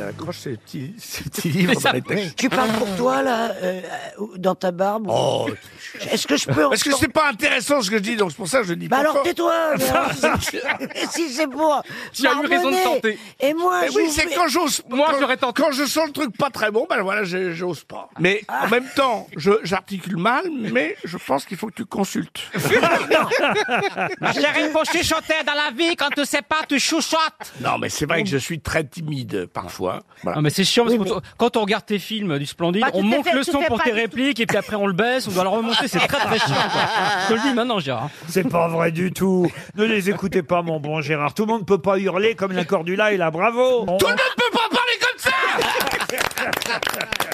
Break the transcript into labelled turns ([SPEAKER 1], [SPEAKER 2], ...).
[SPEAKER 1] elle accroche ses petits, ses petits livres dans les textes.
[SPEAKER 2] Tu parles pour toi, là, euh, euh, dans ta barbe ou-
[SPEAKER 1] Oh,
[SPEAKER 2] Est-ce que je peux... en-
[SPEAKER 1] parce que c'est pas intéressant ce que je dis, donc c'est pour ça que je le dis
[SPEAKER 2] Bah
[SPEAKER 1] pas
[SPEAKER 2] alors
[SPEAKER 1] fort.
[SPEAKER 2] tais-toi mais- Si c'est pour...
[SPEAKER 3] Tu as eu raison de
[SPEAKER 2] pardonner.
[SPEAKER 3] tenter.
[SPEAKER 2] Et moi,
[SPEAKER 1] Mais oui,
[SPEAKER 2] j'ouvre-
[SPEAKER 1] c'est quand j'ose.
[SPEAKER 3] Moi,
[SPEAKER 1] quand-
[SPEAKER 3] j'aurais tenté.
[SPEAKER 1] Quand je sens le truc pas très bon, ben voilà, j'ai- j'ose pas. Mais en même temps, je- j'articule mal, mais je pense qu'il faut que tu consultes.
[SPEAKER 3] J'ai réfléchi chanter dans la vie quand tu sais pas, tu chouchottes.
[SPEAKER 1] Non, mais c'est vrai que je suis très timide parfois. Ah, Voilà.
[SPEAKER 3] Non mais c'est chiant parce
[SPEAKER 2] Oui,
[SPEAKER 3] que quand on regarde tes films du Splendide,
[SPEAKER 4] Bah, tu
[SPEAKER 3] on
[SPEAKER 4] t'es
[SPEAKER 3] monte
[SPEAKER 4] fait-
[SPEAKER 3] le
[SPEAKER 4] tu
[SPEAKER 3] son
[SPEAKER 4] t'es
[SPEAKER 3] pour
[SPEAKER 4] pas
[SPEAKER 3] tes
[SPEAKER 4] du tout-
[SPEAKER 3] répliques et puis après on le baisse, on doit le remonter, c'est très très chiant. quoi. Je te le dis maintenant Gérard.
[SPEAKER 5] C'est pas vrai du tout. Ne les écoutez pas, mon bon Gérard. Tout le monde ne peut pas hurler comme la Cordula et la Bravo.
[SPEAKER 1] Tout le monde peut pas parler comme ça